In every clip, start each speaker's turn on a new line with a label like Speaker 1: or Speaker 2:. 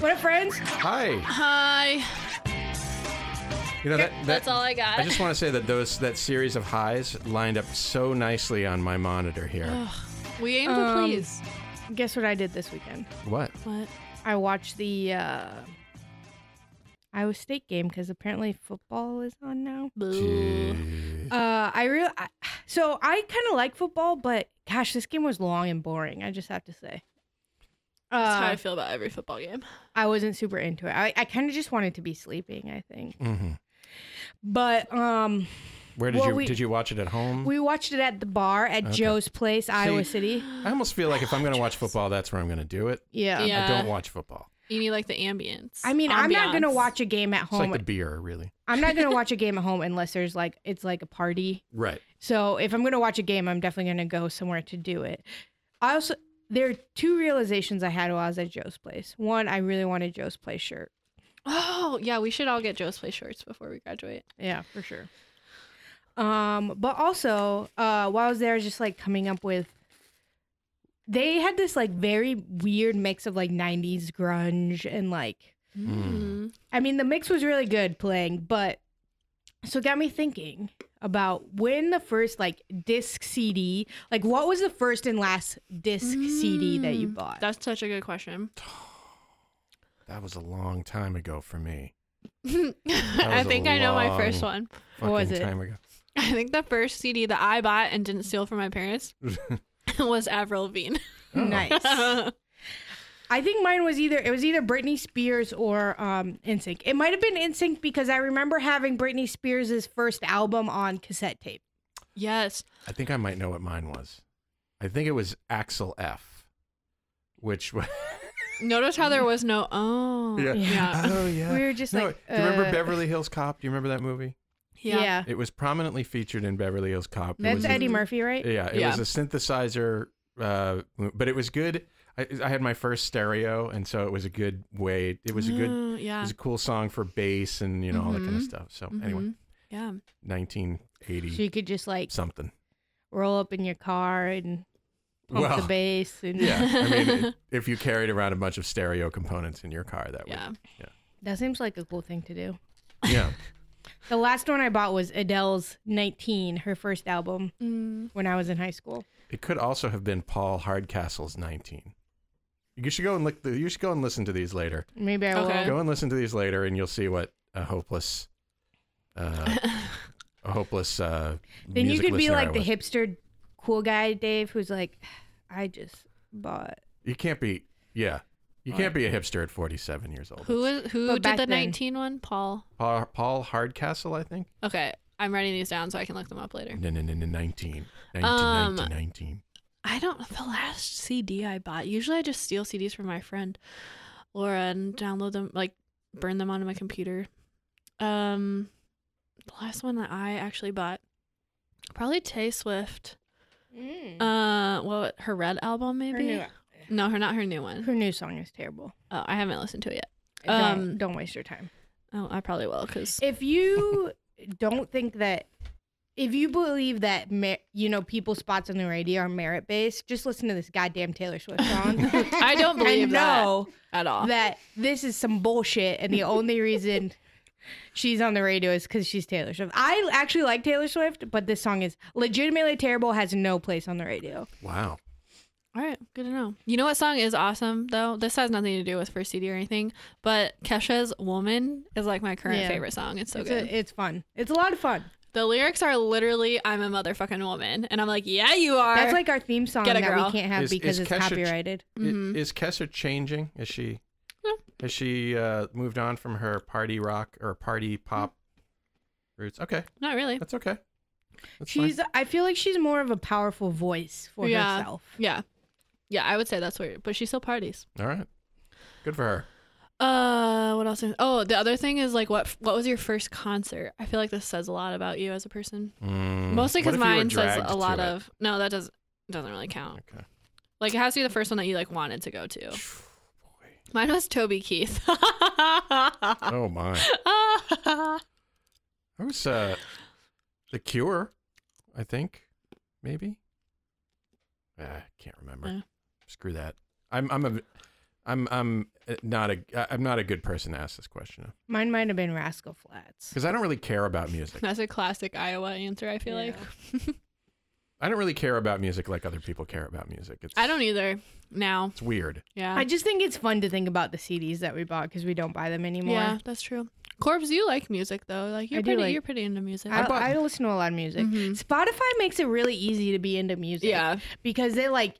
Speaker 1: What up, friends?
Speaker 2: Hi.
Speaker 3: Hi.
Speaker 2: You know that, that
Speaker 3: That's all I got.
Speaker 2: I just want to say that those that series of highs lined up so nicely on my monitor here.
Speaker 3: We aim to
Speaker 1: Um,
Speaker 3: please.
Speaker 1: Guess what I did this weekend?
Speaker 2: what?
Speaker 3: What?
Speaker 1: I watched the uh, Iowa State game because apparently football is on now.
Speaker 2: Jeez.
Speaker 1: Uh, I real I- so I kind of like football, but gosh, this game was long and boring. I just have to say.
Speaker 3: That's how I
Speaker 1: Uh,
Speaker 3: feel about every football game.
Speaker 1: I wasn't super into it. I, I kind of just wanted to be sleeping. I think,
Speaker 2: Mhm.
Speaker 1: but um,
Speaker 2: Where did
Speaker 1: Well,
Speaker 2: you
Speaker 1: we-
Speaker 2: did you watch it at home?
Speaker 1: we watched it at the bar at
Speaker 2: Okay.
Speaker 1: Joe's place, Iowa City.
Speaker 2: I almost feel like if I'm going to watch football, that's where I'm going to do it.
Speaker 1: Yeah.
Speaker 3: Yeah.
Speaker 2: I don't watch football.
Speaker 3: You need like the ambience.
Speaker 1: I mean, I'm not gonna
Speaker 3: Ambiance.
Speaker 1: watch a game at
Speaker 2: It's like
Speaker 1: home.
Speaker 2: the beer, really.
Speaker 1: I'm not gonna watch a game at home unless there's like it's like a party.
Speaker 2: Right.
Speaker 1: So if I'm going to watch a game, I'm definitely going to go somewhere to do it. I also there are two realizations I had while I was at Joe's place. One, I really want a Joe's place shirt.
Speaker 3: Oh, yeah. We should all get Joe's Play shirts before we graduate.
Speaker 1: Yeah, for sure. Um, but also, uh, while I was there, I was just like coming up with. They had this like very weird mix of like '90s grunge and like
Speaker 3: Mm-hmm.
Speaker 2: Mm.
Speaker 1: I mean, the mix was really good playing, but so it got me thinking about when the first like disc CD, like what was the first and last disc CD that you
Speaker 3: Mm.
Speaker 1: bought?
Speaker 3: That's such a good question.
Speaker 2: That was a long time ago for me.
Speaker 3: I
Speaker 2: was a
Speaker 3: think I know my
Speaker 2: long-
Speaker 3: first one.
Speaker 1: What was
Speaker 2: Fucking
Speaker 1: it?
Speaker 2: Time ago.
Speaker 3: I think the first CD that I bought and didn't steal from my parents was Avril Lavigne.
Speaker 2: Oh.
Speaker 1: Nice. I think mine was either it was either Britney Spears or um NSYNC. It might have been NSYNC because I remember having Britney Spears' first album on cassette tape.
Speaker 3: yes.
Speaker 2: I think I might know what mine was. I think it was Axel F, which was.
Speaker 3: Notice how there was no oh.
Speaker 2: Yeah.
Speaker 3: Yeah.
Speaker 2: Oh yeah.
Speaker 1: We were just
Speaker 2: No,
Speaker 1: like,
Speaker 2: do you remember
Speaker 1: uh,
Speaker 2: Beverly Hills Cop? Do you remember that movie?
Speaker 3: Yeah.
Speaker 2: It was prominently featured in Beverly Hills Cop. It
Speaker 1: That's
Speaker 2: was a-
Speaker 1: Eddie Murphy, right?
Speaker 2: yeah, it
Speaker 3: Yeah.
Speaker 2: was a synthesizer, uh, but it was good. I, I had my first stereo, and so it was a good way. It was a good,
Speaker 1: Mm,
Speaker 3: Oh,
Speaker 2: it
Speaker 3: yeah.
Speaker 2: was a cool song for bass and you know all that kind of
Speaker 1: Mm-hmm.
Speaker 3: Mhm.
Speaker 2: stuff. So anyway,
Speaker 3: Mhm. Yeah.
Speaker 2: 1980
Speaker 1: So you could just like
Speaker 2: something.
Speaker 1: roll up in your car and pump the
Speaker 2: Well,
Speaker 1: bass and
Speaker 2: Yeah, I mean, it- if you carried around a bunch of stereo components in your car, that would.
Speaker 3: Yeah.
Speaker 1: that seems like a cool thing to do.
Speaker 2: yeah.
Speaker 1: The last one I bought was Adele's 19, her first album
Speaker 3: Mm.
Speaker 1: when I was in high school.
Speaker 2: It could also have been Paul Hardcastle's 19. You should go and look. The, you should go and listen to these later.
Speaker 1: Maybe I
Speaker 3: Okay.
Speaker 1: will.
Speaker 2: Go and listen to these later, and you'll see what a hopeless, uh, a hopeless. Uh,
Speaker 1: Then you
Speaker 2: music
Speaker 1: could be
Speaker 2: listener I
Speaker 1: like the
Speaker 2: was.
Speaker 1: hipster cool guy, Dave, who's like, I just bought.
Speaker 2: You can't be. Yeah, you can't be a hipster at forty-seven years old.
Speaker 3: Who
Speaker 2: It's
Speaker 3: is who
Speaker 1: But
Speaker 3: did
Speaker 1: back
Speaker 3: the
Speaker 1: then-
Speaker 3: 19 one? Paul.
Speaker 2: Paul, Paul Hardcastle? I think.
Speaker 3: Okay, I'm writing these down so I can look them up later.
Speaker 1: Mm-hmm.
Speaker 2: No, no, no, no, 19. 19,
Speaker 3: Um,
Speaker 2: 19, 19.
Speaker 3: I don't. The last CD I bought. Usually I just steal CDs from my friend Laura and download them, like burn them onto my computer. Um, the last one that I actually bought, probably Tay Swift. Uh, what her Red album
Speaker 1: her,
Speaker 3: maybe?
Speaker 1: new,
Speaker 3: no, her not her new one.
Speaker 1: her new song is terrible.
Speaker 3: Oh, I haven't listened to it yet.
Speaker 1: don't,
Speaker 3: Um,
Speaker 1: don't waste your time.
Speaker 3: Oh, I probably will because
Speaker 1: If you don't think that, if you believe that, mer- you know, people spots on the radio are merit based, just listen to this goddamn Taylor Swift song.
Speaker 3: I don't believe
Speaker 1: and
Speaker 3: that
Speaker 1: know
Speaker 3: at all.
Speaker 1: that this is some bullshit and the only reason she's on the radio is because she's Taylor Swift. I actually like Taylor Swift, but this song is legitimately terrible, has no place on the radio.
Speaker 2: Wow.
Speaker 3: All right, good to know. You know what song is awesome though? This has nothing to do with first CD or anything, but Kesha's "Woman" is like my current
Speaker 1: Yeah.
Speaker 3: favorite song. It's so
Speaker 1: it's,
Speaker 3: good.
Speaker 1: a- it's fun. It's a lot of fun.
Speaker 3: the lyrics are literally "I'm a motherfucking woman," and I'm like, "Yeah, you are."
Speaker 1: That's like our theme song
Speaker 3: Get a
Speaker 1: that
Speaker 3: girl.
Speaker 1: we can't have
Speaker 2: Is-
Speaker 1: because
Speaker 2: is
Speaker 1: it's
Speaker 2: Kesha ch-
Speaker 1: copyrighted.
Speaker 2: I- Is Kesser changing? Is she?
Speaker 3: No.
Speaker 2: Has she uh, moved on from her party rock or party pop
Speaker 1: Mm.
Speaker 2: roots? Okay,
Speaker 3: not really.
Speaker 2: that's okay. That's fine.
Speaker 1: She's. I feel like she's more of a powerful voice for
Speaker 3: Yeah.
Speaker 1: herself.
Speaker 3: Yeah, yeah, I would say that's weird, but she still parties.
Speaker 2: all right. Good for her.
Speaker 3: Uh, what else? Oh, the other thing is like, what what was your first concert? I feel like this says a lot about you as a person. Mostly 'cause
Speaker 2: Mm. What if you were
Speaker 3: Mostly because mine says
Speaker 2: dragged
Speaker 3: a
Speaker 2: to
Speaker 3: lot
Speaker 2: it?
Speaker 3: of no, that doesn't doesn't really count.
Speaker 2: Okay.
Speaker 3: Like it has to be the first one that you like wanted to go to.
Speaker 2: Boy.
Speaker 3: Mine was Toby Keith. Ah.
Speaker 2: Oh my! I was uh, the Cure, I think, maybe. Ah, I can't remember.
Speaker 3: Yeah.
Speaker 2: Screw that. I'm I'm a I'm I'm uh, not a I- I'm not a good person to ask this question of
Speaker 1: Mine might have been Rascal Flats.
Speaker 2: because I don't really care about music.
Speaker 3: That's a classic Iowa answer. I feel like
Speaker 2: I don't really care about music like other people care about music. It's
Speaker 3: I don't e either now.
Speaker 2: It's weird.
Speaker 3: Yeah,
Speaker 1: I just think it's fun to think about the CDs that we bought because we don't buy them anymore.
Speaker 3: yeah, that's true. Corbs, you like music though. Like you're
Speaker 1: do
Speaker 3: pretty,
Speaker 1: like-
Speaker 3: you're pretty into music.
Speaker 1: I,
Speaker 2: bought-
Speaker 1: I listen to a lot of music.
Speaker 3: Mhm.
Speaker 1: Spotify makes it really easy to be into music.
Speaker 3: yeah,
Speaker 1: Because they like,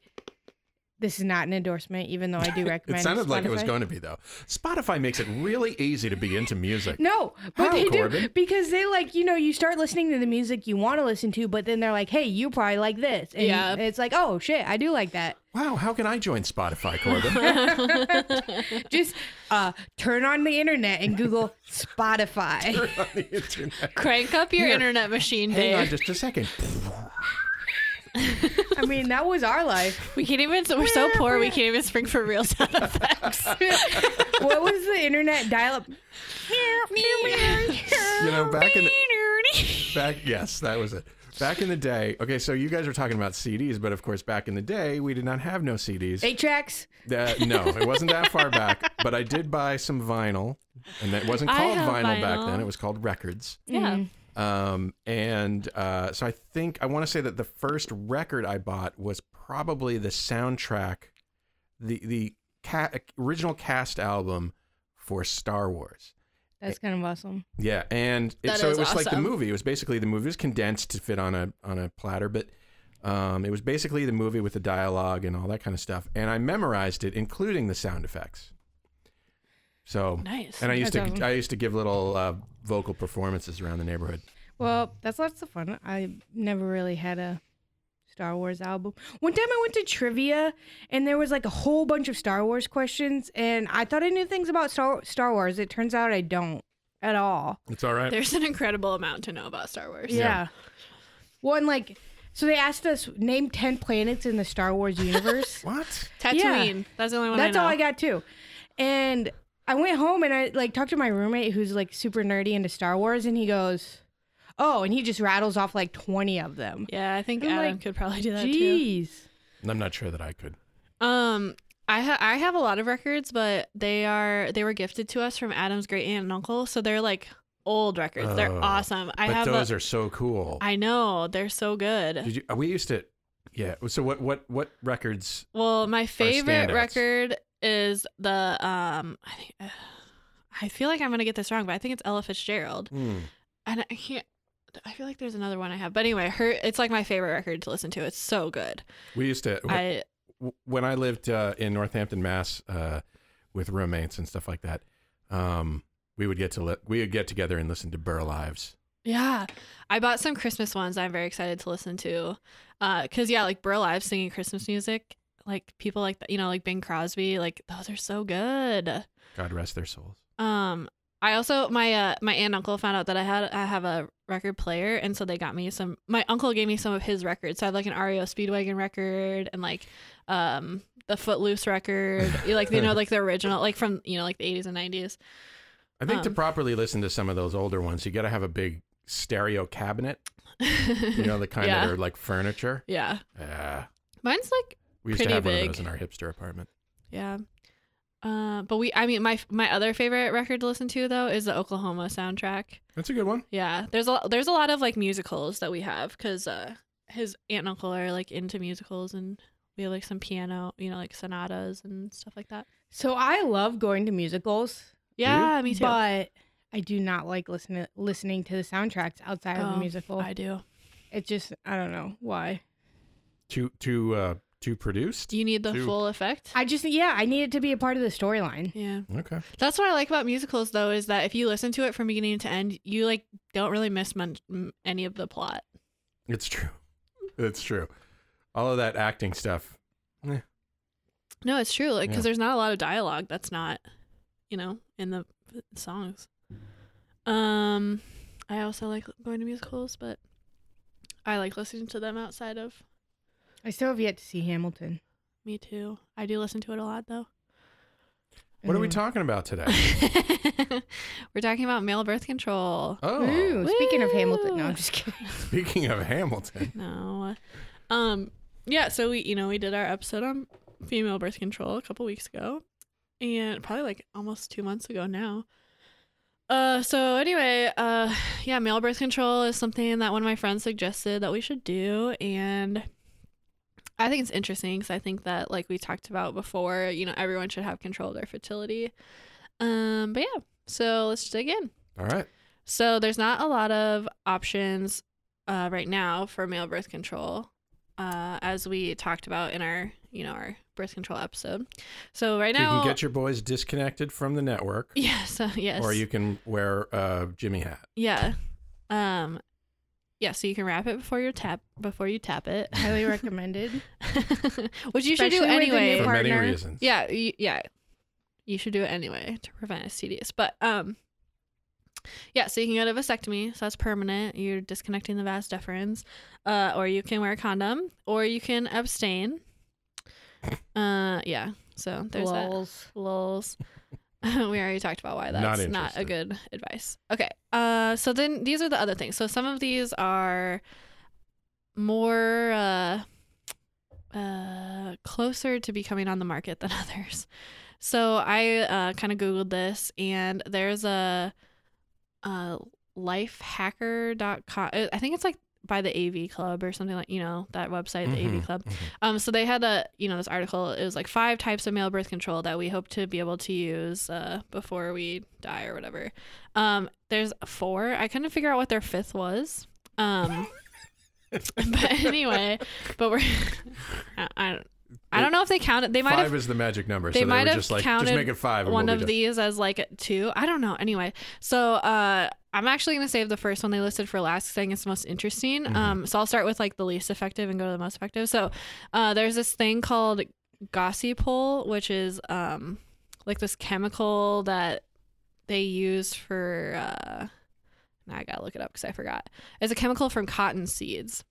Speaker 1: this is not an endorsement, even though I do
Speaker 2: It
Speaker 1: recommend
Speaker 2: sounded like it was
Speaker 1: Spotify.
Speaker 2: going to be though. Spotify makes it really easy to be into music.
Speaker 1: No, but
Speaker 2: How,
Speaker 1: they do
Speaker 2: Corbin?
Speaker 1: because they like you know you start listening to the music you want to listen to, but then they're like, hey, you probably like this, and
Speaker 3: Yeah.
Speaker 1: it's like, oh shit, I do like that.
Speaker 2: Wow, how can I join Spotify, Corbin?
Speaker 1: Just uh, turn on the internet and Google Spotify.
Speaker 2: on the internet.
Speaker 3: crank up your
Speaker 2: Here.
Speaker 3: internet machine,
Speaker 2: Hang on
Speaker 3: Dave.
Speaker 2: just a second.
Speaker 1: I mean, that was our life.
Speaker 3: We can't even. We're so poor. We can't even spring for real sound effects.
Speaker 1: what was the internet dial-up?
Speaker 2: You know, back in the, back yes, that was it. Back in the day, okay, so you guys were talking about CDs, but of course, back in the day, we did not have no CDs.
Speaker 1: Eight tracks.
Speaker 2: Uh, no, it wasn't that far back, but I did buy some vinyl, and it wasn't
Speaker 3: I
Speaker 2: called
Speaker 3: have
Speaker 2: vinyl, back
Speaker 3: vinyl.
Speaker 2: then; it was called records.
Speaker 1: Mm-hmm.
Speaker 3: yeah.
Speaker 2: Um, and uh, so I think I want to say that the first record I bought was probably the soundtrack, the the ca- original cast album for Star Wars.
Speaker 1: That's kind of awesome.
Speaker 2: Yeah, and it,
Speaker 3: That
Speaker 2: so
Speaker 3: is
Speaker 2: it was like the
Speaker 3: awesome.
Speaker 2: movie. It was basically the movie. It was condensed to fit on a on a platter, but um, it was basically the movie with the dialogue and all that kind of stuff. And I memorized it, including the sound effects. So
Speaker 3: Nice.
Speaker 2: And I used
Speaker 1: That's
Speaker 2: to
Speaker 1: awesome.
Speaker 2: I used to give little uh, vocal performances around the neighborhood.
Speaker 1: Well, that's lots of fun. I never really had a Star Wars album. One time I went to trivia and there was like a whole bunch of Star Wars questions, and I thought I knew things about Star, Star Wars. It turns out I don't at all.
Speaker 2: It's all right.
Speaker 3: There's an incredible amount to know about Star Wars.
Speaker 2: Yeah.
Speaker 1: One, like, so they asked us, name 10 planets in the Star Wars universe.
Speaker 2: What?
Speaker 3: Tatooine. That's the only one.
Speaker 1: That's
Speaker 3: Oh, I know.
Speaker 1: all I got too. And I went home and I like talked to my roommate who's like super nerdy into Star Wars, and he goes, "Oh," and he just rattles off like twenty of them.
Speaker 3: Yeah, I think
Speaker 1: I'm
Speaker 3: Adam
Speaker 1: like,
Speaker 3: could probably do that
Speaker 1: Jeez.
Speaker 2: I'm not sure that I could.
Speaker 3: too. Um, I ha- I have a lot of records, but they are they were gifted to us from Adam's great aunt and uncle, so they're like old records. they're
Speaker 2: Oh,
Speaker 3: awesome. I
Speaker 2: but
Speaker 3: have.
Speaker 2: those
Speaker 3: a-
Speaker 2: are so cool.
Speaker 3: I know they're so good.
Speaker 2: Did you? We used to. Yeah. So what? What? What records?
Speaker 3: Well, my favorite
Speaker 2: standouts.
Speaker 3: record is the um. I, think, uh, I feel like I'm gonna get this wrong, but I think it's Ella Fitzgerald,
Speaker 2: Hmm.
Speaker 3: and I can't. I feel like there's another one I have, but anyway, her. It's like my favorite record to listen to. It's so good.
Speaker 2: We used to.
Speaker 3: I
Speaker 2: w- when I lived uh, in Northampton, Mass, uh, with roommates and stuff like that, um, we would get to li- we would get together and listen to Burl Ives.
Speaker 3: yeah, I bought some Christmas ones. I'm very excited to listen to, uh, cause yeah, like Burl Ives singing Christmas music, like people like that, you know, like Bing Crosby, like those are so good.
Speaker 2: God rest their souls.
Speaker 3: Um, I also my uh my aunt and uncle found out that I had I have a record player, and so they got me some. My uncle gave me some of his records. So I have like an REO Speedwagon record and like um the Footloose record, You like you know like the original, like from you know like the eighties and nineties.
Speaker 2: I think to
Speaker 3: Um.
Speaker 2: properly listen to some of those older ones, you got to have a big stereo cabinet. You know the kind
Speaker 3: yeah.
Speaker 2: that are like furniture.
Speaker 3: yeah,
Speaker 2: Yeah,
Speaker 3: mine's like
Speaker 2: we used to
Speaker 3: Pretty
Speaker 2: have one of
Speaker 3: big.
Speaker 2: those in our hipster apartment.
Speaker 3: yeah. Uh, but we, I mean, my my other favorite record to listen to though is the Oklahoma soundtrack.
Speaker 2: That's a good one.
Speaker 3: Yeah, there's a there's a lot of like musicals that we have because uh, his aunt and uncle are like into musicals, and we have like some piano, you know, like sonatas and stuff like that.
Speaker 1: So I love going to musicals,
Speaker 3: Yeah, me too.
Speaker 1: but I do not like listening listening to the soundtracks outside of
Speaker 3: Oh,
Speaker 1: the musical.
Speaker 3: I do.
Speaker 1: it just I don't know why.
Speaker 2: Too too uh, too produced.
Speaker 3: Do you need the
Speaker 2: Two.
Speaker 3: full effect?
Speaker 1: I just yeah I need it to be a part of the storyline.
Speaker 3: yeah,
Speaker 2: Okay.
Speaker 3: that's what I like about musicals though is that if you listen to it from beginning to end, you like don't really miss mun- m- any of the plot.
Speaker 2: It's true. It's true. All of that acting stuff.
Speaker 3: No, it's true. Like because
Speaker 2: Yeah.
Speaker 3: there's not a lot of dialogue that's not you know, in the songs. Um, I also like going to musicals, but I like listening to them outside of
Speaker 1: I still have yet to see Hamilton.
Speaker 3: me too. I do listen to it a lot though.
Speaker 2: What are we
Speaker 1: Mm.
Speaker 3: Mm-hmm.
Speaker 2: talking about today?
Speaker 3: We're talking about male birth control.
Speaker 2: Oh,
Speaker 1: Ooh, speaking of Hamilton, no,
Speaker 3: Woo.
Speaker 1: I'm just kidding.
Speaker 2: speaking of Hamilton,
Speaker 3: No. Um yeah, so we you know, we did our episode on female birth control a couple weeks ago and probably like almost 2 months ago now. Uh so anyway, uh yeah, male birth control is something that one of my friends suggested that we should do and I think it's interesting cuz I think that like we talked about before, you know, everyone should have control of their fertility. Um but yeah, so let's dig in.
Speaker 2: all right.
Speaker 3: So there's not a lot of options uh, right now for male birth control, uh, as we talked about in our you know our birth control episode. So right
Speaker 2: So you
Speaker 3: now,
Speaker 2: can get your boys disconnected from the network,
Speaker 3: yes, uh, yes,
Speaker 2: or you can wear a Jimmy hat.
Speaker 3: yeah, um, yeah. So you can wrap it before you tap before you tap it,
Speaker 1: Highly recommended.
Speaker 3: which you should do
Speaker 1: Especially with the new
Speaker 3: anyway.
Speaker 1: Hey,
Speaker 2: for
Speaker 1: partner.
Speaker 2: many reasons.
Speaker 3: Yeah, y- yeah. You should do it anyway to prevent STDs. But um yeah, so you can get a vasectomy, so that's permanent. You're disconnecting the vas deferens. Uh or you can wear a condom or you can abstain. Uh yeah. So there's that.
Speaker 1: Lulz.
Speaker 3: Lols. we already talked about why
Speaker 2: Not
Speaker 3: that's not, a
Speaker 2: interested.
Speaker 3: good advice. Okay. Uh, so then these are the other things. So some of these are more uh, uh, closer to becoming on the market than others. So I uh, kind of googled this, and there's a, uh lifehacker.com. uh, I think it's like by the AV Club or something like you know that website, the AV
Speaker 2: Mhm,
Speaker 3: Club.
Speaker 2: mhm.
Speaker 3: Um, so they had a you know this article. It was like five types of male birth control that we hope to be able to use uh, before we die or whatever. Um, there's four. I couldn't figure out what their fifth was. Um, but anyway, but we're I, I don't I don't know if they counted. They might
Speaker 2: Five
Speaker 3: have
Speaker 2: is the magic number.
Speaker 3: they
Speaker 2: so
Speaker 3: might
Speaker 2: they were
Speaker 3: have
Speaker 2: just like,
Speaker 3: counted
Speaker 2: just make it five. and
Speaker 3: one
Speaker 2: we'll
Speaker 3: of
Speaker 2: be done.
Speaker 3: these as like two. I don't know. Anyway, so uh, I'm actually gonna save the first one they listed for last because I think it's the most interesting. Um, so I'll start with like the least effective and go to the most effective. So uh, there's this thing called gossipol, which is um, like this chemical that they use for. Uh, now I gotta look it up because I forgot. It's a chemical from cotton seeds,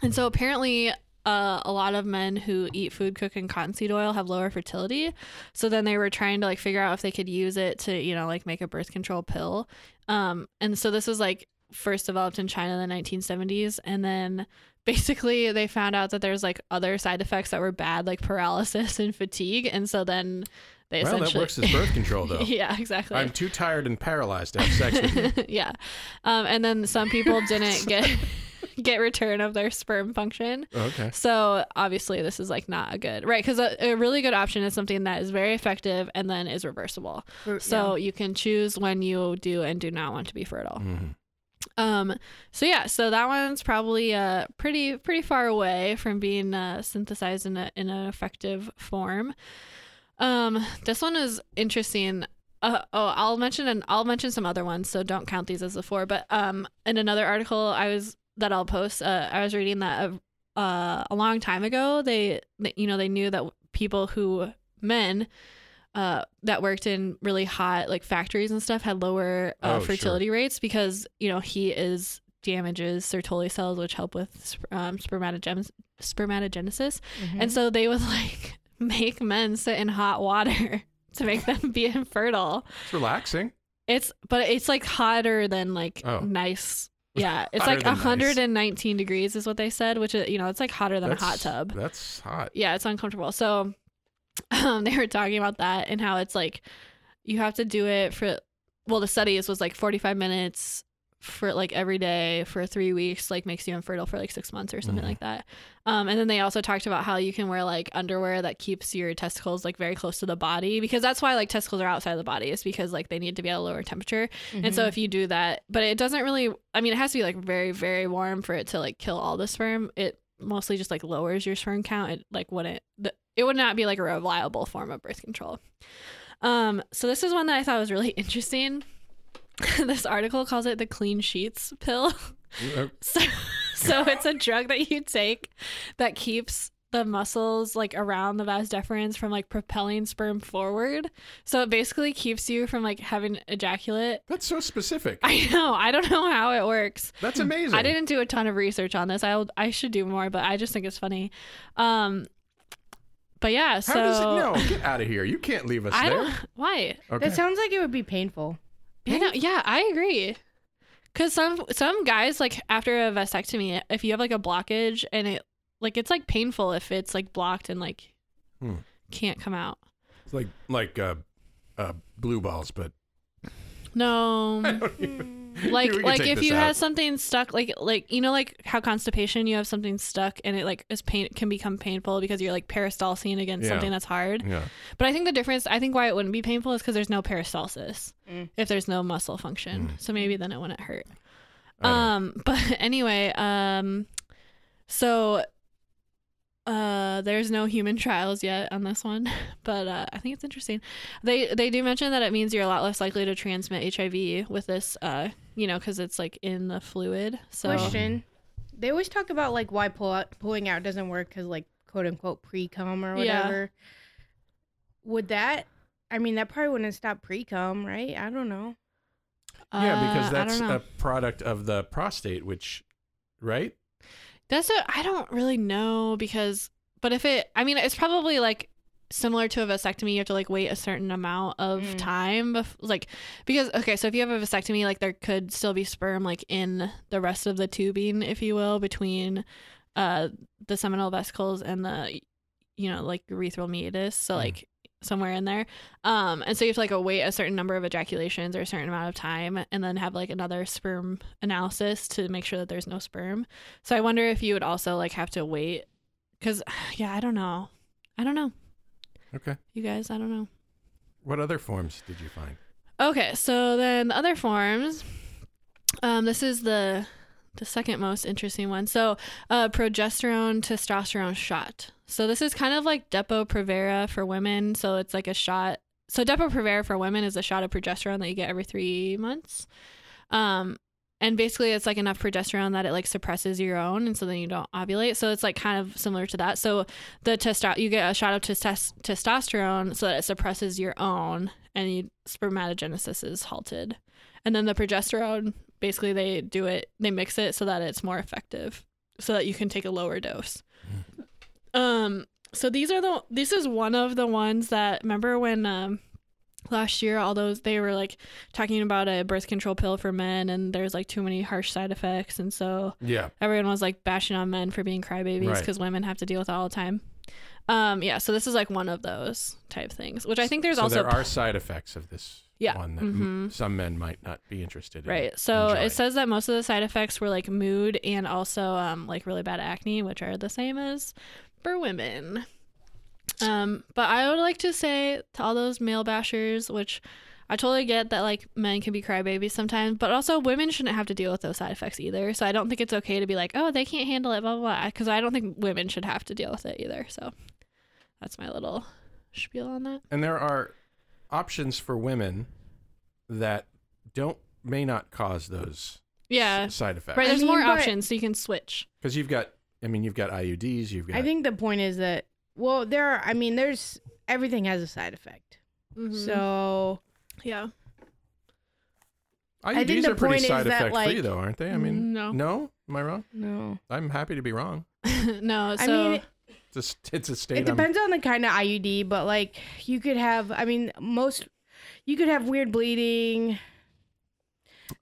Speaker 3: and so apparently. Uh, a lot of men who eat food cooked in cottonseed oil have lower fertility, so then they were trying to like figure out if they could use it to, you know, like make a birth control pill. Um, and so this was like first developed in China in the 1970s. And then basically they found out that there's like other side effects that were bad, like paralysis and fatigue. And so then they
Speaker 2: Well, that
Speaker 3: essentially.
Speaker 2: works as birth control, though.
Speaker 3: yeah, exactly.
Speaker 2: I'm too tired and paralyzed to have sex with you.
Speaker 3: yeah. Um, and then some people didn't get get return of their sperm function.
Speaker 2: Okay.
Speaker 3: So obviously, this is like not a good right because a, a really good option is something that is very effective and then is reversible. So you can choose when you do and do not want to be fertile.
Speaker 2: Mhm.
Speaker 3: Um. So yeah. So that one's probably uh pretty pretty far away from being uh, synthesized in a, in an effective form. Um. This one is interesting. Uh, oh, I'll mention and I'll mention some other ones. So don't count these as the four. But um, in another article I was that I'll post, uh, I was reading that a uh, a long time ago they that, you know they knew that people who men uh, that worked in really hot like factories and stuff had lower uh,
Speaker 2: Oh, sure.
Speaker 3: fertility rates because you know heat is damages Sertoli cells which help with sp- um, spermatogenesis, spermatogenesis.
Speaker 1: Mm-hmm.
Speaker 3: and so they would like make men sit in hot water to make them be infertile
Speaker 2: It's relaxing.
Speaker 3: it's but it's like hotter than like
Speaker 2: Oh.
Speaker 3: nice yeah it's
Speaker 2: Hotter
Speaker 3: like
Speaker 2: than nice.
Speaker 3: 119 degrees is what they said which is you know it's like hotter than
Speaker 2: That's,
Speaker 3: a hot tub
Speaker 2: That's hot.
Speaker 3: yeah, it's uncomfortable. So um, they were talking about that and how it's like you have to do it for well, the studies was like 45 minutes for like every day for three weeks, like makes you infertile for like six months or something
Speaker 2: Mhm.
Speaker 3: like that. Um, and then they also talked about how you can wear like underwear that keeps your testicles like very close to the body because that's why like testicles are outside of the body is because like they need to be at a lower temperature. And
Speaker 1: Mm-hmm.
Speaker 3: so if you do that, but it doesn't really I mean it has to be like very very warm for it to like kill all the sperm. It mostly just like lowers your sperm count. It like wouldn't the, it would not be like a reliable form of birth control. Um so this is one that I thought was really interesting. this article calls it the clean sheets pill.
Speaker 2: Uh,
Speaker 3: So so it's a drug that you take that keeps the muscles like around the vas deferens from like propelling sperm forward. So it basically keeps you from like having ejaculate.
Speaker 2: That's so specific.
Speaker 3: I know. I don't know how it works.
Speaker 2: That's amazing.
Speaker 3: I didn't do a ton of research on this. I will I should do more, but I just think it's funny. Um, but yeah.
Speaker 2: How
Speaker 3: so
Speaker 2: does it? No, get out of here. You can't leave us
Speaker 3: I
Speaker 2: there.
Speaker 3: don't. Why?
Speaker 2: Okay.
Speaker 1: It sounds like it would be painful.
Speaker 3: I know, yeah, I agree. Cause some some guys like after a vasectomy, if you have like a blockage and it like it's like painful if it's like blocked and like
Speaker 2: Hmm.
Speaker 3: can't come out.
Speaker 2: It's like like uh, uh, blue balls, but
Speaker 3: No, like
Speaker 2: We can
Speaker 3: like
Speaker 2: take
Speaker 3: if
Speaker 2: this
Speaker 3: you
Speaker 2: out.
Speaker 3: had something stuck, like like you know like how constipation, you have something stuck and it like is pain can become painful because you're like peristalsing against
Speaker 2: Yeah. Mm.
Speaker 3: something that's hard.
Speaker 2: yeah.
Speaker 3: But I think the difference, I think why it wouldn't be painful is because there's no peristalsis. If there's no muscle function,
Speaker 2: Mm.
Speaker 3: so maybe then it wouldn't hurt.
Speaker 2: I don't know.
Speaker 3: Um, but anyway, um, so uh, there's no human trials yet on this one, but uh, I think it's interesting. They they do mention that it means you're a lot less likely to transmit HIV with this, uh, you know, because it's like in the fluid. So
Speaker 1: Question. They always talk about like why pull out, pulling out doesn't work because like quote unquote pre cum or
Speaker 3: Yeah.
Speaker 1: whatever. Would that? I mean, that probably wouldn't stop pre cum, right? I don't know.
Speaker 2: yeah,
Speaker 3: uh,
Speaker 2: because that's
Speaker 3: I don't know.
Speaker 2: a product of the prostate, which, right?
Speaker 3: That's what I don't really know because, but if it, I mean, it's probably like similar to a vasectomy. You have to like wait a certain amount of
Speaker 1: Mm.
Speaker 3: time, bef- like because okay, so if you have a vasectomy, like there could still be sperm like in the rest of the tubing, if you will, between uh the seminal vesicles and the you know like urethral meatus. So
Speaker 2: Mm.
Speaker 3: like somewhere in there. Um, and so you have to like wait a certain number of ejaculations or a certain amount of time, and then have like another sperm analysis to make sure that there's no sperm. So I wonder if you would also like have to wait, because yeah, I don't know, I don't know,
Speaker 2: Okay.
Speaker 3: you guys, I don't know.
Speaker 2: What other forms did you find?
Speaker 3: Okay, so then the other forms. Um, this is the the second most interesting one. So, uh, progesterone testosterone shot. So this is kind of like Depo-Provera for women. So it's like a shot. So Depo-Provera for women is a shot of progesterone that you get every three months. Um, and basically, it's like enough progesterone that it like suppresses your own, and so then you don't ovulate. So it's like kind of similar to that. So the testo- you get a shot of testes- testosterone so that it suppresses your own and you, spermatogenesis is halted and then the progesterone basically they do it they mix it so that it's more effective so that you can take a lower dose
Speaker 2: Hmm.
Speaker 3: um so these are the this is one of the ones that remember when um last year all those they were like talking about a birth control pill for men and there's like too many harsh side effects and so
Speaker 2: Yeah.
Speaker 3: everyone was like bashing on men for being crybabies
Speaker 2: Right.
Speaker 3: because women have to deal with it all the time. Um, yeah, so this is like one of those type things, which I think there's
Speaker 2: so
Speaker 3: also
Speaker 2: there are side effects of this
Speaker 3: Yeah,
Speaker 2: one that m-
Speaker 1: Mm-hmm.
Speaker 3: mhm.
Speaker 2: some men might not be interested in.
Speaker 3: right. So
Speaker 2: enjoying.
Speaker 3: it says that most of the side effects were like mood and also um, like really bad acne, which are the same as for women. Um, but I would like to say to all those male bashers, which I totally get that like men can be crybabies sometimes, but also women shouldn't have to deal with those side effects either. So I don't think it's okay to be like, oh, they can't handle it, blah blah, blah because I don't think women should have to deal with it either. So that's my little spiel on that.
Speaker 2: And there are options for women that don't may not cause those
Speaker 3: Yeah,
Speaker 2: s- side effects.
Speaker 3: right.
Speaker 1: I
Speaker 3: There's
Speaker 1: mean,
Speaker 3: more
Speaker 1: but-
Speaker 3: options, so you can switch.
Speaker 2: Because you've got, I mean, you've got IUDs. You've got.
Speaker 1: I think the point is that well, there are. I mean, there's everything has a side effect. Mm-hmm.
Speaker 3: Mm-hmm.
Speaker 1: So
Speaker 3: yeah,
Speaker 2: IUDs
Speaker 1: I think the
Speaker 2: are pretty
Speaker 1: point is
Speaker 2: side
Speaker 1: that,
Speaker 2: effect free,
Speaker 1: like-
Speaker 2: though, aren't they? I mean,
Speaker 3: No.
Speaker 2: No, am I wrong?
Speaker 1: no,
Speaker 2: I'm happy to be wrong.
Speaker 3: no. So
Speaker 1: I mean,
Speaker 2: It's a, s- it's a state.
Speaker 1: it
Speaker 2: I'm-
Speaker 1: depends on the kind of IUD, but like you could have. I mean, most you could have weird bleeding.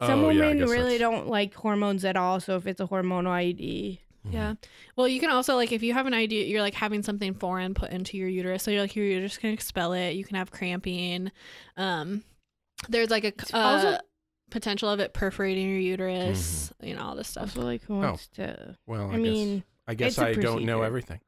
Speaker 1: Some
Speaker 2: Oh, yeah, I
Speaker 1: women
Speaker 2: guess
Speaker 1: really
Speaker 2: that's-
Speaker 1: don't like hormones at all. So if it's a hormonal IUD,
Speaker 2: Mm-hmm.
Speaker 3: Yeah. Well, you can also like if you have an idea, you're like having something foreign put into your uterus, so you're like your uterus can expel it. You can have cramping. Um, there's like a uh,
Speaker 1: also-
Speaker 3: potential of it perforating your uterus.
Speaker 2: Mm-hmm.
Speaker 3: You know all this stuff.
Speaker 1: also like who wants to?
Speaker 2: Oh. Well, I,
Speaker 1: I mean,
Speaker 2: guess
Speaker 1: it's a
Speaker 2: I guess I don't know
Speaker 1: procedure.
Speaker 2: everything.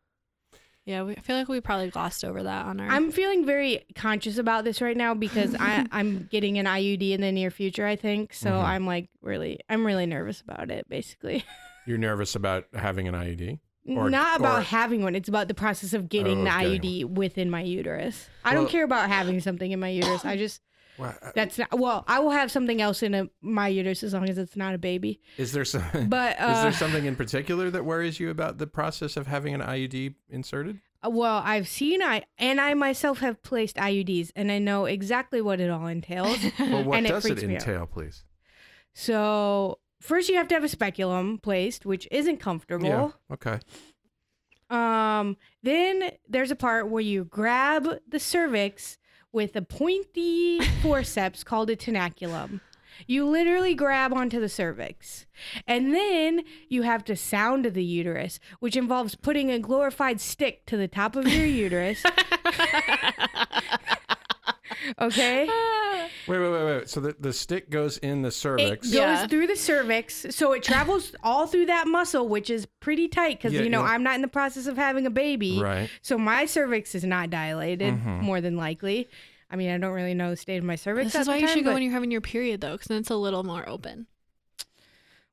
Speaker 3: Yeah, we, I feel like we probably glossed over that on our.
Speaker 1: I'm feeling very conscious about this right now because I I'm getting an IUD in the near future. I think so.
Speaker 2: Mhm.
Speaker 1: I'm like really I'm really nervous about it. Basically,
Speaker 2: You're nervous about having an E IUD. Or-
Speaker 1: not about
Speaker 2: or-
Speaker 1: having one. It's about the process of getting
Speaker 2: Oh,
Speaker 1: the
Speaker 2: getting
Speaker 1: IUD within my uterus. I
Speaker 2: Well-
Speaker 1: don't care about having something in my uterus. I just
Speaker 2: Well, uh,
Speaker 1: That's not well. I will have something else in a, my uterus as long as it's not a baby.
Speaker 2: is there some?
Speaker 1: But
Speaker 2: is
Speaker 1: uh,
Speaker 2: there something in particular that worries you about the process of having an IUD inserted?
Speaker 1: Uh, well, I've seen I and I myself have placed IUDs, and I know exactly what it all entails.
Speaker 2: Well, what
Speaker 1: And it
Speaker 2: does it
Speaker 1: freaks me out.
Speaker 2: entail, please?
Speaker 1: so first, you have to have a speculum placed, which isn't comfortable.
Speaker 2: Yeah. Okay.
Speaker 1: Um, then there's a part where you grab the cervix with a pointy forceps called a tenaculum. You literally grab onto the cervix. And then you have to sound the uterus, which involves putting a glorified stick to the top of your uterus. okay?
Speaker 2: Wait, wait, wait, wait. So the, the stick goes in the
Speaker 1: It
Speaker 2: cervix.
Speaker 1: goes
Speaker 3: Yeah.
Speaker 1: through the cervix, so it travels all through that muscle, which is pretty tight because,
Speaker 2: Yeah,
Speaker 1: you know,
Speaker 2: yeah.
Speaker 1: I'm not in the process of having a baby.
Speaker 2: Right.
Speaker 1: So my cervix is not dilated,
Speaker 2: Mhm.
Speaker 1: more than likely. I mean, I don't really know the state of my cervix.
Speaker 3: This is
Speaker 1: at
Speaker 3: why
Speaker 1: the
Speaker 3: you
Speaker 1: time,
Speaker 3: should go
Speaker 1: but-
Speaker 3: when you're having your period, though, because then it's a little more open.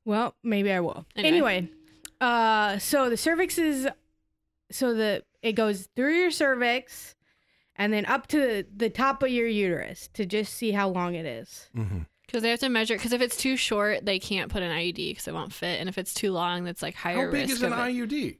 Speaker 1: Well, maybe I will.
Speaker 3: Anyway.
Speaker 1: Anyway, uh, so the cervix is, so the it goes through your cervix, and then up to the top of your uterus to just see how long it is.
Speaker 2: Mm-hmm.
Speaker 3: Because they have to measure. Because if it's too short, they can't put an IUD because it won't fit, and if it's too long, that's like higher
Speaker 2: How big
Speaker 3: risk.
Speaker 2: is an E
Speaker 3: of it.
Speaker 2: IUD?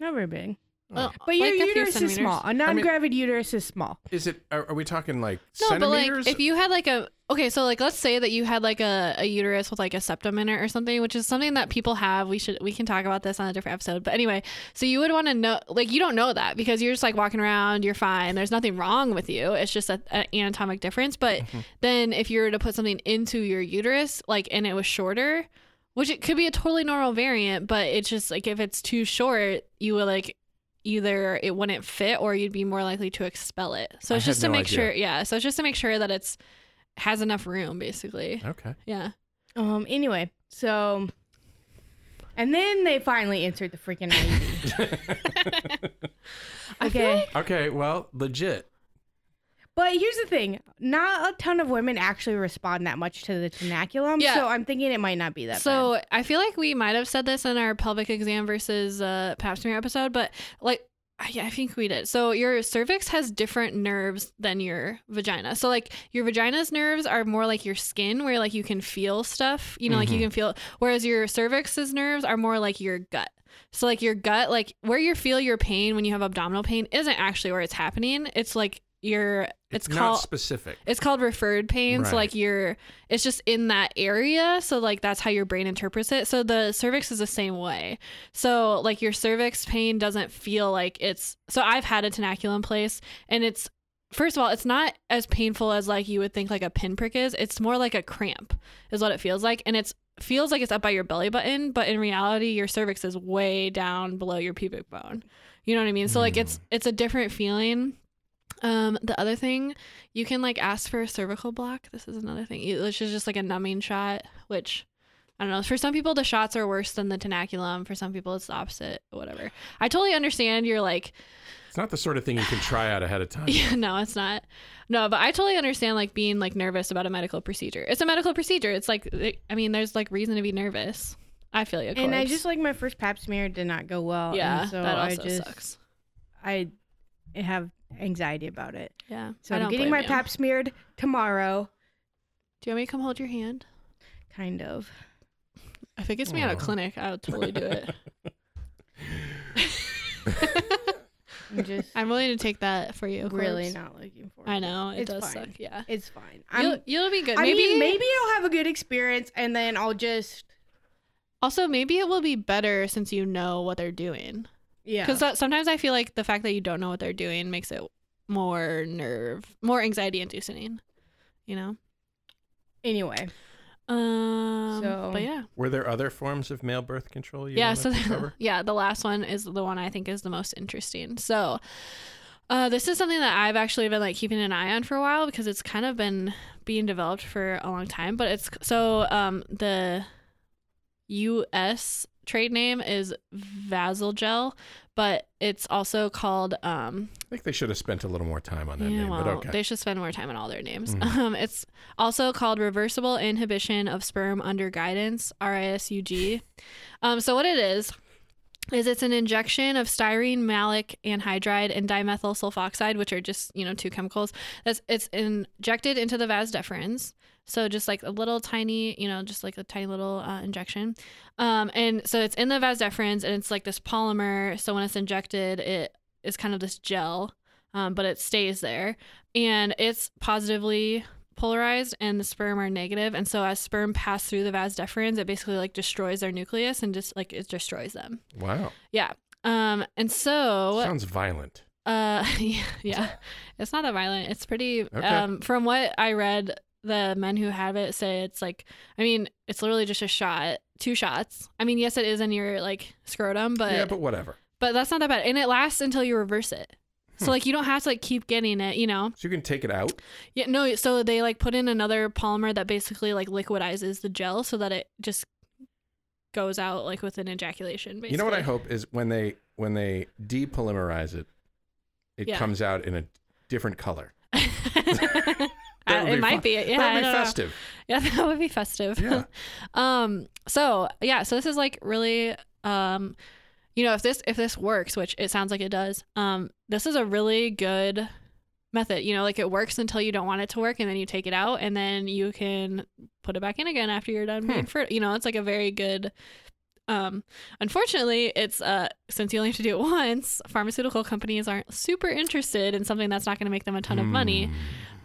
Speaker 1: Not very big,
Speaker 3: Well,
Speaker 1: but your
Speaker 3: like a few
Speaker 1: uterus is
Speaker 3: centimeters.
Speaker 1: small. A non-gravid uterus is small.
Speaker 2: Is it? Are, are we talking like
Speaker 3: No, but
Speaker 2: centimeters?
Speaker 3: like if you had like a okay, so like let's say that you had like a, a uterus with like a septum in it or something, which is something that people have. We should we can talk about this on a different episode. But anyway, so you would want to know like you don't know that because you're just like walking around, you're fine. There's nothing wrong with you. It's just a- an anatomic difference. But then if you were to put something into your uterus, like and it was shorter, which it could be a totally normal variant, but it's just like if it's too short, you would like either it wouldn't fit or you'd be more likely to expel it. So
Speaker 2: I
Speaker 3: it's
Speaker 2: had
Speaker 3: just to
Speaker 2: no
Speaker 3: make
Speaker 2: idea.
Speaker 3: sure, yeah. So it's just to make sure that it's has enough room, basically.
Speaker 2: Okay.
Speaker 3: Yeah.
Speaker 1: Um. Anyway, so, and then they finally insert the freaking IUD.
Speaker 3: I feel
Speaker 1: Okay.
Speaker 2: Okay. Well, legit.
Speaker 1: But here's the thing: not a ton of women actually respond that much to the tenaculum,
Speaker 3: Yeah.
Speaker 1: so I'm thinking it might not be that.
Speaker 3: so I feel like we might have said this in our pelvic exam versus uh, pap smear episode, but like. I- Yeah, I think we did. So your cervix has different nerves than your vagina. So like your vagina's nerves are more like your skin, where like you can feel stuff. You know, like you can
Speaker 2: Mhm.
Speaker 3: feel. Whereas your cervix's nerves are more like your gut. So like your gut, like where you feel your pain when you have abdominal pain, isn't actually where it's happening. It's like your. It's,
Speaker 2: It's, not
Speaker 3: called.
Speaker 2: specific.
Speaker 3: It's called referred pain.
Speaker 2: Right.
Speaker 3: So like you're it's just in that area. So like that's how your brain interprets it. So the cervix is the same way. So like your cervix pain doesn't feel like it's so I've had a tenaculum place and it's first of all, it's not as painful as like you would think like a pinprick is. It's more like a cramp is what it feels like. And it's feels like it's up by your belly button, but in reality your cervix is way down below your pubic bone. You know what I mean? So like it's it's a different feeling. Um, the other thing you can like ask for a cervical block. This is another thing. You- Which is just like a numbing shot, which I don't know. For some people, the shots are worse than the tenaculum. For some people, it's the opposite. Whatever. I totally understand. You're like,
Speaker 2: It's not the sort of thing you can try out ahead of time.
Speaker 3: yeah, no, it's not. No, but I totally understand like being like nervous about a medical procedure. It's a medical procedure. It's like, eh, I mean, there's like reason to be nervous. I feel you. of
Speaker 1: bad. And I
Speaker 3: course.
Speaker 1: just like my first Pap smear did not go well.
Speaker 3: yeah,
Speaker 1: and so
Speaker 3: that
Speaker 1: I
Speaker 3: also
Speaker 1: just
Speaker 3: sucks.
Speaker 1: I have anxiety about it.
Speaker 3: Yeah,
Speaker 1: So
Speaker 3: I
Speaker 1: I'm
Speaker 3: don't
Speaker 1: getting
Speaker 3: blame
Speaker 1: my
Speaker 3: you.
Speaker 1: Pap smeared tomorrow,
Speaker 3: Do you want me to come hold your hand? Oh.
Speaker 1: kind of.
Speaker 3: If it gets me out of
Speaker 2: Aw.
Speaker 3: clinic, I would totally do it.
Speaker 1: I'm just
Speaker 3: I'm willing to take that for you.
Speaker 1: really
Speaker 3: Corbs.
Speaker 1: not looking for.
Speaker 3: I know it
Speaker 1: It's
Speaker 3: does
Speaker 1: fine.
Speaker 3: suck. Yeah,
Speaker 1: It's fine. I'm.
Speaker 3: you'll, you'll be good.
Speaker 1: I
Speaker 3: Maybe
Speaker 1: mean, maybe I'll have a good experience, and then I'll just
Speaker 3: also maybe it will be better since you know what they're doing.
Speaker 1: yeah.
Speaker 3: Because sometimes I feel like the fact that you don't know what they're doing makes it more nerve, more anxiety inducing. You know.
Speaker 1: anyway,
Speaker 3: Um.
Speaker 1: So-
Speaker 3: But yeah,
Speaker 2: Were there other forms of male birth control? You
Speaker 3: yeah.
Speaker 2: wanna
Speaker 3: So
Speaker 2: cover?
Speaker 3: the, yeah, the last one is the one I think is the most interesting. So. Uh, this is something that I've actually been like keeping an eye on for a while because it's kind of been being developed for a long time. But it's so um, the U.S. trade name is Vasilgel, but it's also called um,
Speaker 2: I think they should have spent a little more time on that name, but okay.
Speaker 3: They should spend more time on all their names.
Speaker 2: Mhm.
Speaker 3: Um, it's also called reversible inhibition of sperm under guidance, RISUG. Um, so what it is is it's an injection of styrene malic anhydride and dimethyl sulfoxide which are just you know two chemicals that's it's injected into the vas deferens so just like a little tiny you know just like a tiny little uh, injection um, and so it's in the vas deferens and it's like this polymer so when it's injected it is kind of this gel um, but it stays there and it's positively polarized and the sperm are negative and so as sperm pass through the vas deferens it basically like destroys their nucleus and just like it destroys them
Speaker 2: Wow.
Speaker 3: yeah. Um, and so,
Speaker 2: Sounds violent.
Speaker 3: uh, yeah, yeah, it's not that violent. It's pretty.
Speaker 2: Okay.
Speaker 3: Um, from what I read, the men who have it say it's like, I mean, it's literally just a shot, two shots. I mean, yes, it is in your like scrotum, but
Speaker 2: yeah,
Speaker 3: but,
Speaker 2: but whatever.
Speaker 3: that's not that bad, and it lasts until you reverse it. So like you don't have to like keep getting it, you know.
Speaker 2: So you can take it out.
Speaker 3: Yeah, no. So they like put in another polymer that basically like liquidizes the gel so that it just goes out like with an ejaculation. Basically.
Speaker 2: You know what I hope is when they when they depolymerize it, it
Speaker 3: Yeah.
Speaker 2: comes out in a different color.
Speaker 3: I-
Speaker 2: That would
Speaker 3: it
Speaker 2: be
Speaker 3: might
Speaker 2: fun.
Speaker 3: be. Yeah,
Speaker 2: that
Speaker 3: I
Speaker 2: would be
Speaker 3: don't know.
Speaker 2: festive.
Speaker 3: Yeah, that would be festive.
Speaker 2: Yeah.
Speaker 3: um. So yeah. So this is like really. Um. You know, if this if this works, which it sounds like it does, um, this is a really good method. You know, like it works until you don't want it to work, and then you take it out, and then you can put it back in again after you're done
Speaker 2: Hmm.
Speaker 3: being fertile. You know, it's like a very good. Um, unfortunately, it's uh since you only have to do it once, pharmaceutical companies aren't super interested in something that's not going to make them a ton of money.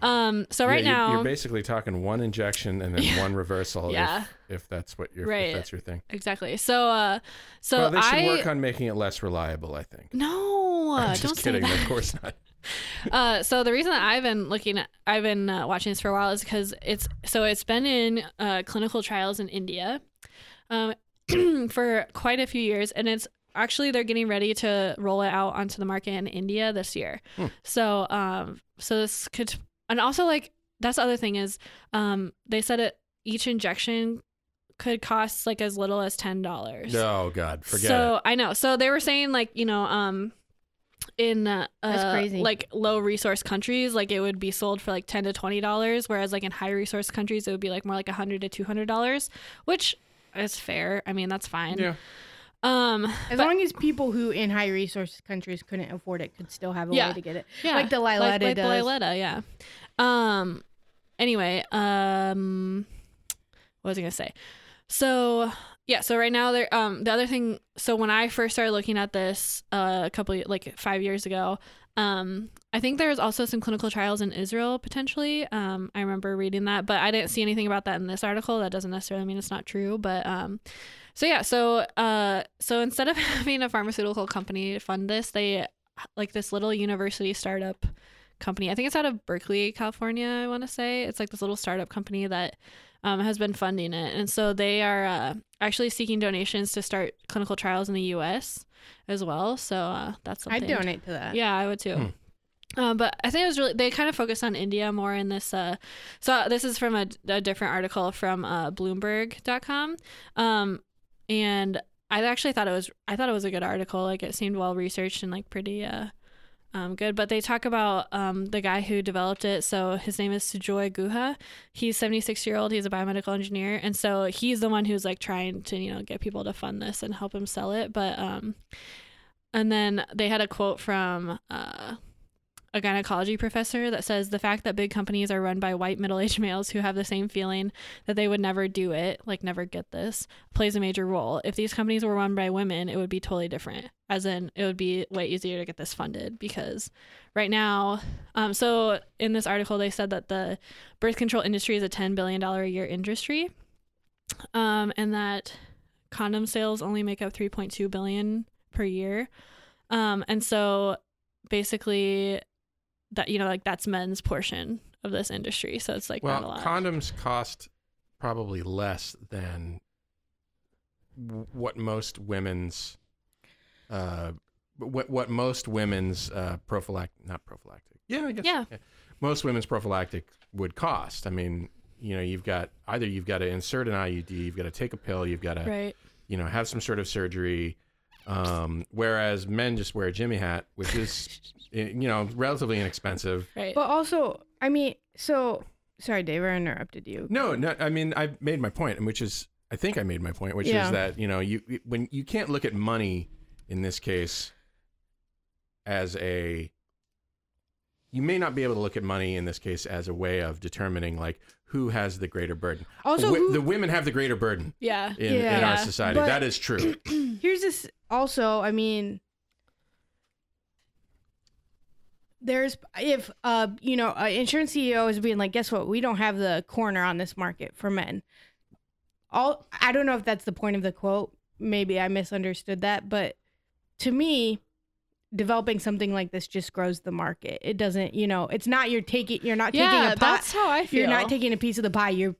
Speaker 3: Um, so right
Speaker 2: Hmm. Yeah, you-
Speaker 3: now,
Speaker 2: you're basically talking one injection and then one reversal.
Speaker 3: Yeah.
Speaker 2: If, if that's what your
Speaker 3: Right.
Speaker 2: if that's your thing.
Speaker 3: Exactly. So, uh, so
Speaker 2: well, they should
Speaker 3: I
Speaker 2: work on making it less reliable. I think.
Speaker 3: no, uh,
Speaker 2: I'm
Speaker 3: don't
Speaker 2: just
Speaker 3: say
Speaker 2: kidding.
Speaker 3: that.
Speaker 2: Of course not.
Speaker 3: Uh, so the reason that I've been looking at, I've been uh, watching this for a while is because it's so it's been in uh, clinical trials in India um, for quite a few years, and it's actually they're getting ready to roll it out onto the market in India this year.
Speaker 2: Hmm.
Speaker 3: So, um, so this could, and also like that's the other thing is, um, they said it each injection could cost like as little as ten dollars.
Speaker 2: Oh God, forget
Speaker 3: so I know. So they were saying like you know um in uh,
Speaker 1: That's
Speaker 3: uh,
Speaker 1: crazy.
Speaker 3: like low resource countries like it would be sold for like ten to twenty dollars, whereas like in high resource countries it would be like more like a hundred to two hundred dollars, which is fair. I mean that's fine.
Speaker 2: it. Yeah.
Speaker 3: Um.
Speaker 1: As long as people who in high resource countries couldn't afford it could still have a
Speaker 3: Yeah.
Speaker 1: way to get it.
Speaker 3: Yeah.
Speaker 1: Like the Liletta
Speaker 3: like, like the
Speaker 1: does.
Speaker 3: Liletta, yeah. Um. Anyway, um, what was I gonna say? So yeah, so right now there. Um, the other thing. So when I first started looking at this, uh, a couple like five years ago, um, I think there was also some clinical trials in Israel potentially. Um, I remember reading that, but I didn't see anything about that in this article. That doesn't necessarily mean it's not true, but um, so yeah, so uh, so instead of having a pharmaceutical company fund this, they like this little university startup company. I think it's out of Berkeley, California. I want to say it's like this little startup company that um, has been funding it, and so they are uh, actually seeking donations to start clinical trials in the U.S. as well. So uh, that's
Speaker 1: I'd
Speaker 3: something.
Speaker 1: donate to that.
Speaker 3: Yeah, I would too. Um, but I think it was really they kind of focused on India more in this. Uh, so this is from a, a different article from uh, Bloomberg.com, um, and I actually thought it was I thought it was a good article. Like it seemed well researched and like pretty uh, um, good. But they talk about um, the guy who developed it. So his name is Sujoy Guha. He's 76 year old. He's a biomedical engineer, and so he's the one who's like trying to you know get people to fund this and help him sell it. But um, and then they had a quote from uh, a gynecology professor that says the fact that big companies are run by white middle aged males who have the same feeling that they would never do it, like never get this, plays a major role. If these companies were run by women, it would be totally different. As in, it would be way easier to get this funded because right now, um, so in this article, they said that the birth control industry is a $10 billion a year industry um, and that condom sales only make up 3.2 billion per year um, and so basically that you know like that's men's portion of this industry so it's like not a
Speaker 2: Well,
Speaker 3: lot
Speaker 2: condoms cost probably less than w- what most women's uh what what most women's uh prophylactic not prophylactic. Yeah, I guess.
Speaker 3: Yeah.
Speaker 2: Most women's prophylactic would cost. I mean, you know, you've got either you've got to insert an IUD, you've got to take a pill, you've got to
Speaker 3: right
Speaker 2: you know, have some sort of surgery. Um, whereas men just wear a Jimmy hat, which is, eh, you know, relatively inexpensive.
Speaker 3: right
Speaker 1: But also, I mean, so sorry, Dave, I interrupted you.
Speaker 2: No, no. I mean, I made my point, and which is, I think I made my point, which
Speaker 1: Yeah.
Speaker 2: is that you know, you when you can't look at money in this case as a you may not be able to look at money in this case as a way of determining like who has the greater burden.
Speaker 1: Also,
Speaker 2: Wi-
Speaker 1: who-
Speaker 2: the women have the greater burden
Speaker 3: Yeah.
Speaker 2: in, in
Speaker 3: Yeah.
Speaker 2: our society.
Speaker 1: But-
Speaker 2: that is true.
Speaker 1: Here's this also, I mean there's if uh you know, an insurance CEO is being like, "Guess what? We don't have the corner on this market for men." All I don't know if that's the point of the quote. Maybe I misunderstood that, but to me, developing something like this just grows the market. It doesn't, you know, it's not you're taking you're not taking
Speaker 3: Yeah,
Speaker 1: a pot.
Speaker 3: that's how I feel.
Speaker 1: You're not taking a piece of the pie, you're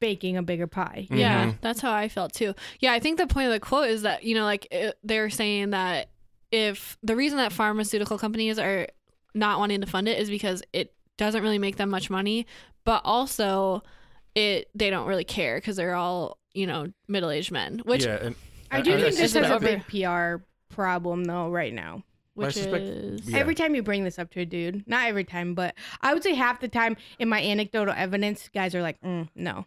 Speaker 1: baking a bigger pie.
Speaker 3: Yeah,
Speaker 2: Mhm.
Speaker 3: that's how I felt too. Yeah, I think the point of the quote is that you know, like it, they're saying that if the reason that pharmaceutical companies are not wanting to fund it is because it doesn't really make them much money, but also it they don't really care because they're all you know middle aged men, which
Speaker 2: yeah, and
Speaker 1: I do think this is
Speaker 2: suspect
Speaker 1: a
Speaker 2: that-
Speaker 1: big PR problem though right now.
Speaker 2: I
Speaker 3: which
Speaker 2: suspect-
Speaker 3: is
Speaker 2: Yeah.
Speaker 1: Every time you bring this up to a dude, not every time, but I would say half the time in my anecdotal evidence, guys are like, mm, no,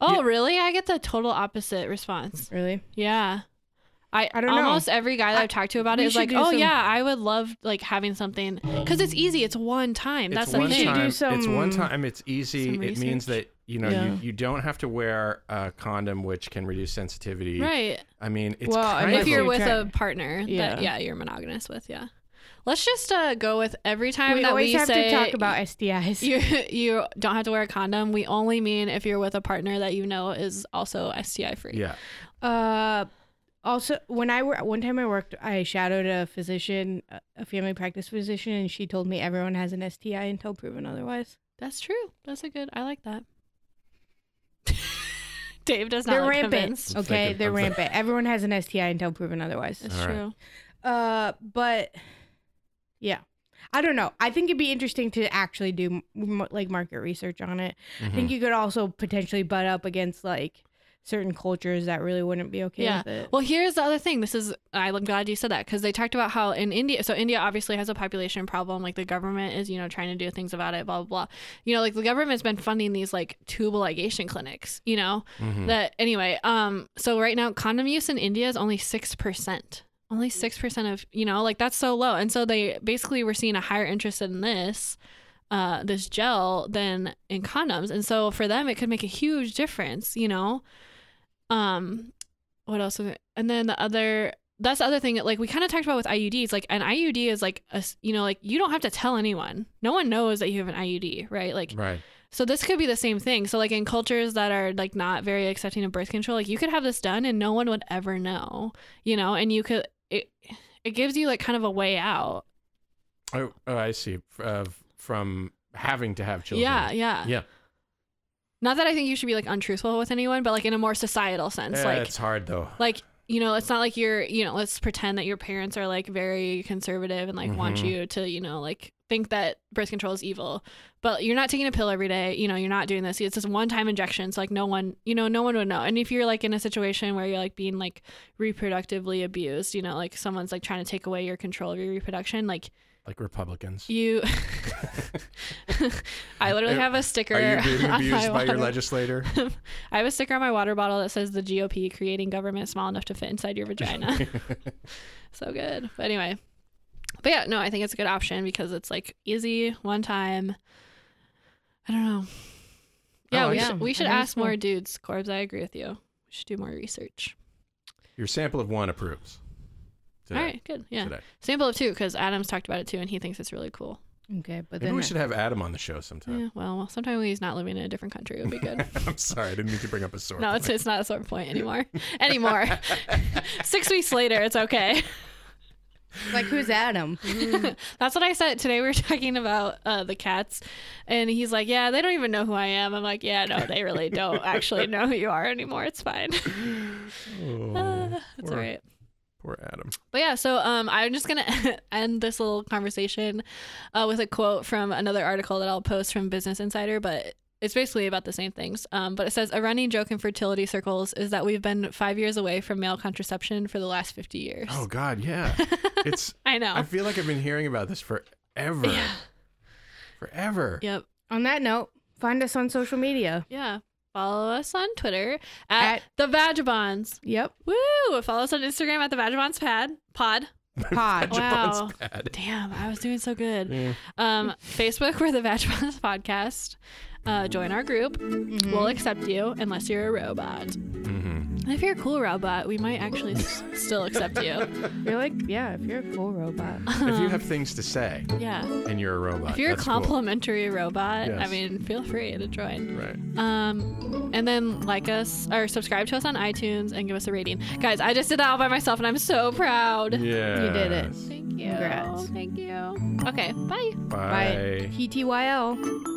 Speaker 3: oh really? I get the total opposite response.
Speaker 1: really?
Speaker 3: Yeah. I,
Speaker 1: I don't know.
Speaker 3: almost every guy that
Speaker 1: I-
Speaker 3: I've talked to about it
Speaker 1: we
Speaker 3: is
Speaker 1: should
Speaker 3: like,
Speaker 1: do
Speaker 3: oh
Speaker 1: some-
Speaker 3: yeah, I would love like having something because it's easy. It's one time. That's
Speaker 2: it's
Speaker 3: the
Speaker 2: one
Speaker 3: thing.
Speaker 1: should do
Speaker 2: time. it's one
Speaker 1: some-
Speaker 2: time. It's easy.
Speaker 3: some
Speaker 2: It means
Speaker 3: research.
Speaker 2: that you know
Speaker 3: Yeah.
Speaker 2: you, you don't have to wear a condom, which can reduce sensitivity.
Speaker 3: Right.
Speaker 2: I mean, it's
Speaker 1: Well, I
Speaker 2: kind
Speaker 1: mean,
Speaker 2: of
Speaker 3: if you're
Speaker 2: a-
Speaker 1: Absolutely.
Speaker 3: with a
Speaker 1: Check.
Speaker 3: partner
Speaker 1: Yeah.
Speaker 3: that yeah you're monogamous with yeah let's just uh, go with every time
Speaker 1: we
Speaker 3: that
Speaker 1: always
Speaker 3: we
Speaker 1: have
Speaker 3: say
Speaker 1: to talk about STIs.
Speaker 3: uh, you you don't have to wear a condom we only mean if you're with a partner that you know is also sti free
Speaker 2: yeah.
Speaker 1: Uh, also, when I were one time I worked, I shadowed a physician, a- a family practice physician, and she told me everyone has an STI until proven otherwise.
Speaker 3: that's true that's a good i like that dave does not
Speaker 1: They're
Speaker 3: look
Speaker 1: rampant,
Speaker 3: convinced
Speaker 2: I'm
Speaker 1: okay?
Speaker 2: thinking-
Speaker 1: They're
Speaker 2: I'm thinking-
Speaker 1: rampant. Everyone has an STI until proven otherwise.
Speaker 3: that's
Speaker 2: All right.
Speaker 3: true
Speaker 1: Uh, but yeah, I don't know. I think it'd be interesting to actually do m- like market research on it.
Speaker 2: Mm-hmm.
Speaker 1: I think you could also potentially butt up against like certain cultures that really wouldn't be okay
Speaker 3: Yeah.
Speaker 1: with it.
Speaker 3: Well, here's the other thing. This is I'm glad you said that because they talked about how in India, so India obviously has a population problem. Like the government is, you know, trying to do things about it. Blah blah. blah. You know, like the government's been funding these like tubal ligation clinics. You know
Speaker 2: Mhm.
Speaker 3: that anyway. Um. So right now, condom use in India is only six percent. Only six percent of you know, like that's so low. And so they basically were seeing a higher interest in this. Uh, this gel than in condoms and so for them it could make a huge difference you know um what else was it? And then the other that's the other thing like we kind of talked about with IUDs like an IUD is like a s- you know like you don't have to tell anyone. No one knows that you have an IUD, right? Like
Speaker 2: Right.
Speaker 3: so this could be the same thing. So like in cultures that are like not very accepting of birth control, like you could have this done and no one would ever know, you know, and you could it it gives you like kind of a way out.
Speaker 2: Oh, oh, I see. F- Uh, f- from having to have children.
Speaker 3: Yeah, yeah.
Speaker 2: Yeah.
Speaker 3: Not that I think you should be like untruthful with anyone, but like in a more societal sense,
Speaker 2: It's,
Speaker 3: like
Speaker 2: Eh, it's hard though.
Speaker 3: like you know it's not like you're you know let's pretend that your parents are like very conservative and like want
Speaker 2: Mhm.
Speaker 3: you to you know like think that birth control is evil but you're not taking a pill every day you know you're not doing this it's this one time injection so like no one you know no one would know and if you're like in a situation where you're like being like reproductively abused you know like someone's like trying to take away your control of your reproduction like
Speaker 2: Like Republicans.
Speaker 3: you i literally have a sticker
Speaker 2: Are you being
Speaker 3: on my
Speaker 2: abused by your
Speaker 3: water-
Speaker 2: legislator?
Speaker 3: I have a sticker on my water bottle that says the GOP creating government small enough to fit inside your vagina. so good. But anyway. But yeah, no, I think it's a good option because it's like easy, one time. I don't know. Yeah,
Speaker 2: I
Speaker 3: we,
Speaker 2: see.
Speaker 3: should, we
Speaker 1: Oh, I
Speaker 3: should
Speaker 1: think
Speaker 3: ask
Speaker 1: so.
Speaker 3: more dudes. Corbs, I agree with you. We should do more research.
Speaker 2: Your sample of one approves. Today.
Speaker 3: All right, good. Yeah.
Speaker 2: Today.
Speaker 3: Sample of two because Adam's talked about it too and he thinks it's really cool.
Speaker 1: okay, but
Speaker 2: Maybe
Speaker 1: then
Speaker 2: we should have Adam on the show sometime.
Speaker 3: Yeah, well, sometime when he's not living in a different country, it would be good.
Speaker 2: I'm sorry, I didn't mean to bring up a sword.
Speaker 3: no, it's, it's not a sore point anymore. anymore. Six weeks later, it's okay.
Speaker 1: like who's Adam?
Speaker 2: Mm.
Speaker 3: That's what I said today. We were talking about uh, the cats, and he's like, "Yeah, they don't even know who I am." I'm like, "Yeah, no, they really don't actually know who you are anymore. It's fine.
Speaker 2: oh,
Speaker 3: That's all
Speaker 2: poor,
Speaker 3: right."
Speaker 2: poor Adam.
Speaker 3: But yeah, so um, I'm just gonna end this little conversation uh, with a quote from another article that I'll post from Business Insider, but it's basically about the same things. Um, but it says a running joke in fertility circles is that we've been five years away from male contraception for the last 50 years.
Speaker 2: Oh God, yeah. It's.
Speaker 3: I know.
Speaker 2: I feel like I've been hearing about this forever. Forever.
Speaker 3: yep.
Speaker 1: on that note, find us on social media.
Speaker 3: Yeah. Follow us on Twitter at, the Vagabonds.
Speaker 1: Yep.
Speaker 3: Woo! Follow us on Instagram at the Vagabonds Pad Pod.
Speaker 1: Pod.
Speaker 3: Wow.
Speaker 2: It's bad.
Speaker 3: Damn, I was doing so good.
Speaker 2: Yeah.
Speaker 3: Um, Facebook, we're the Vagabonds Podcast. Uh, join our group. We'll accept you unless you're a robot.
Speaker 2: Mhm.
Speaker 3: If you're a cool robot, we might actually s- still accept you.
Speaker 1: You're like, yeah, if you're a cool robot.
Speaker 2: If you have things to say
Speaker 3: Yeah.
Speaker 2: and you're a robot,
Speaker 3: If you're a
Speaker 2: Ah, that's cool.
Speaker 3: complimentary robot, I
Speaker 2: Yes.
Speaker 3: mean, feel free to join.
Speaker 2: right?
Speaker 3: Um, and then like us or subscribe to us on iTunes and give us a rating. Guys, I just did that all by myself and I'm so proud.
Speaker 2: Yeah,
Speaker 1: You did it.
Speaker 3: Thank you.
Speaker 1: Congrats.
Speaker 3: Thank you. Okay, bye.
Speaker 2: Bye.
Speaker 1: P T Y L.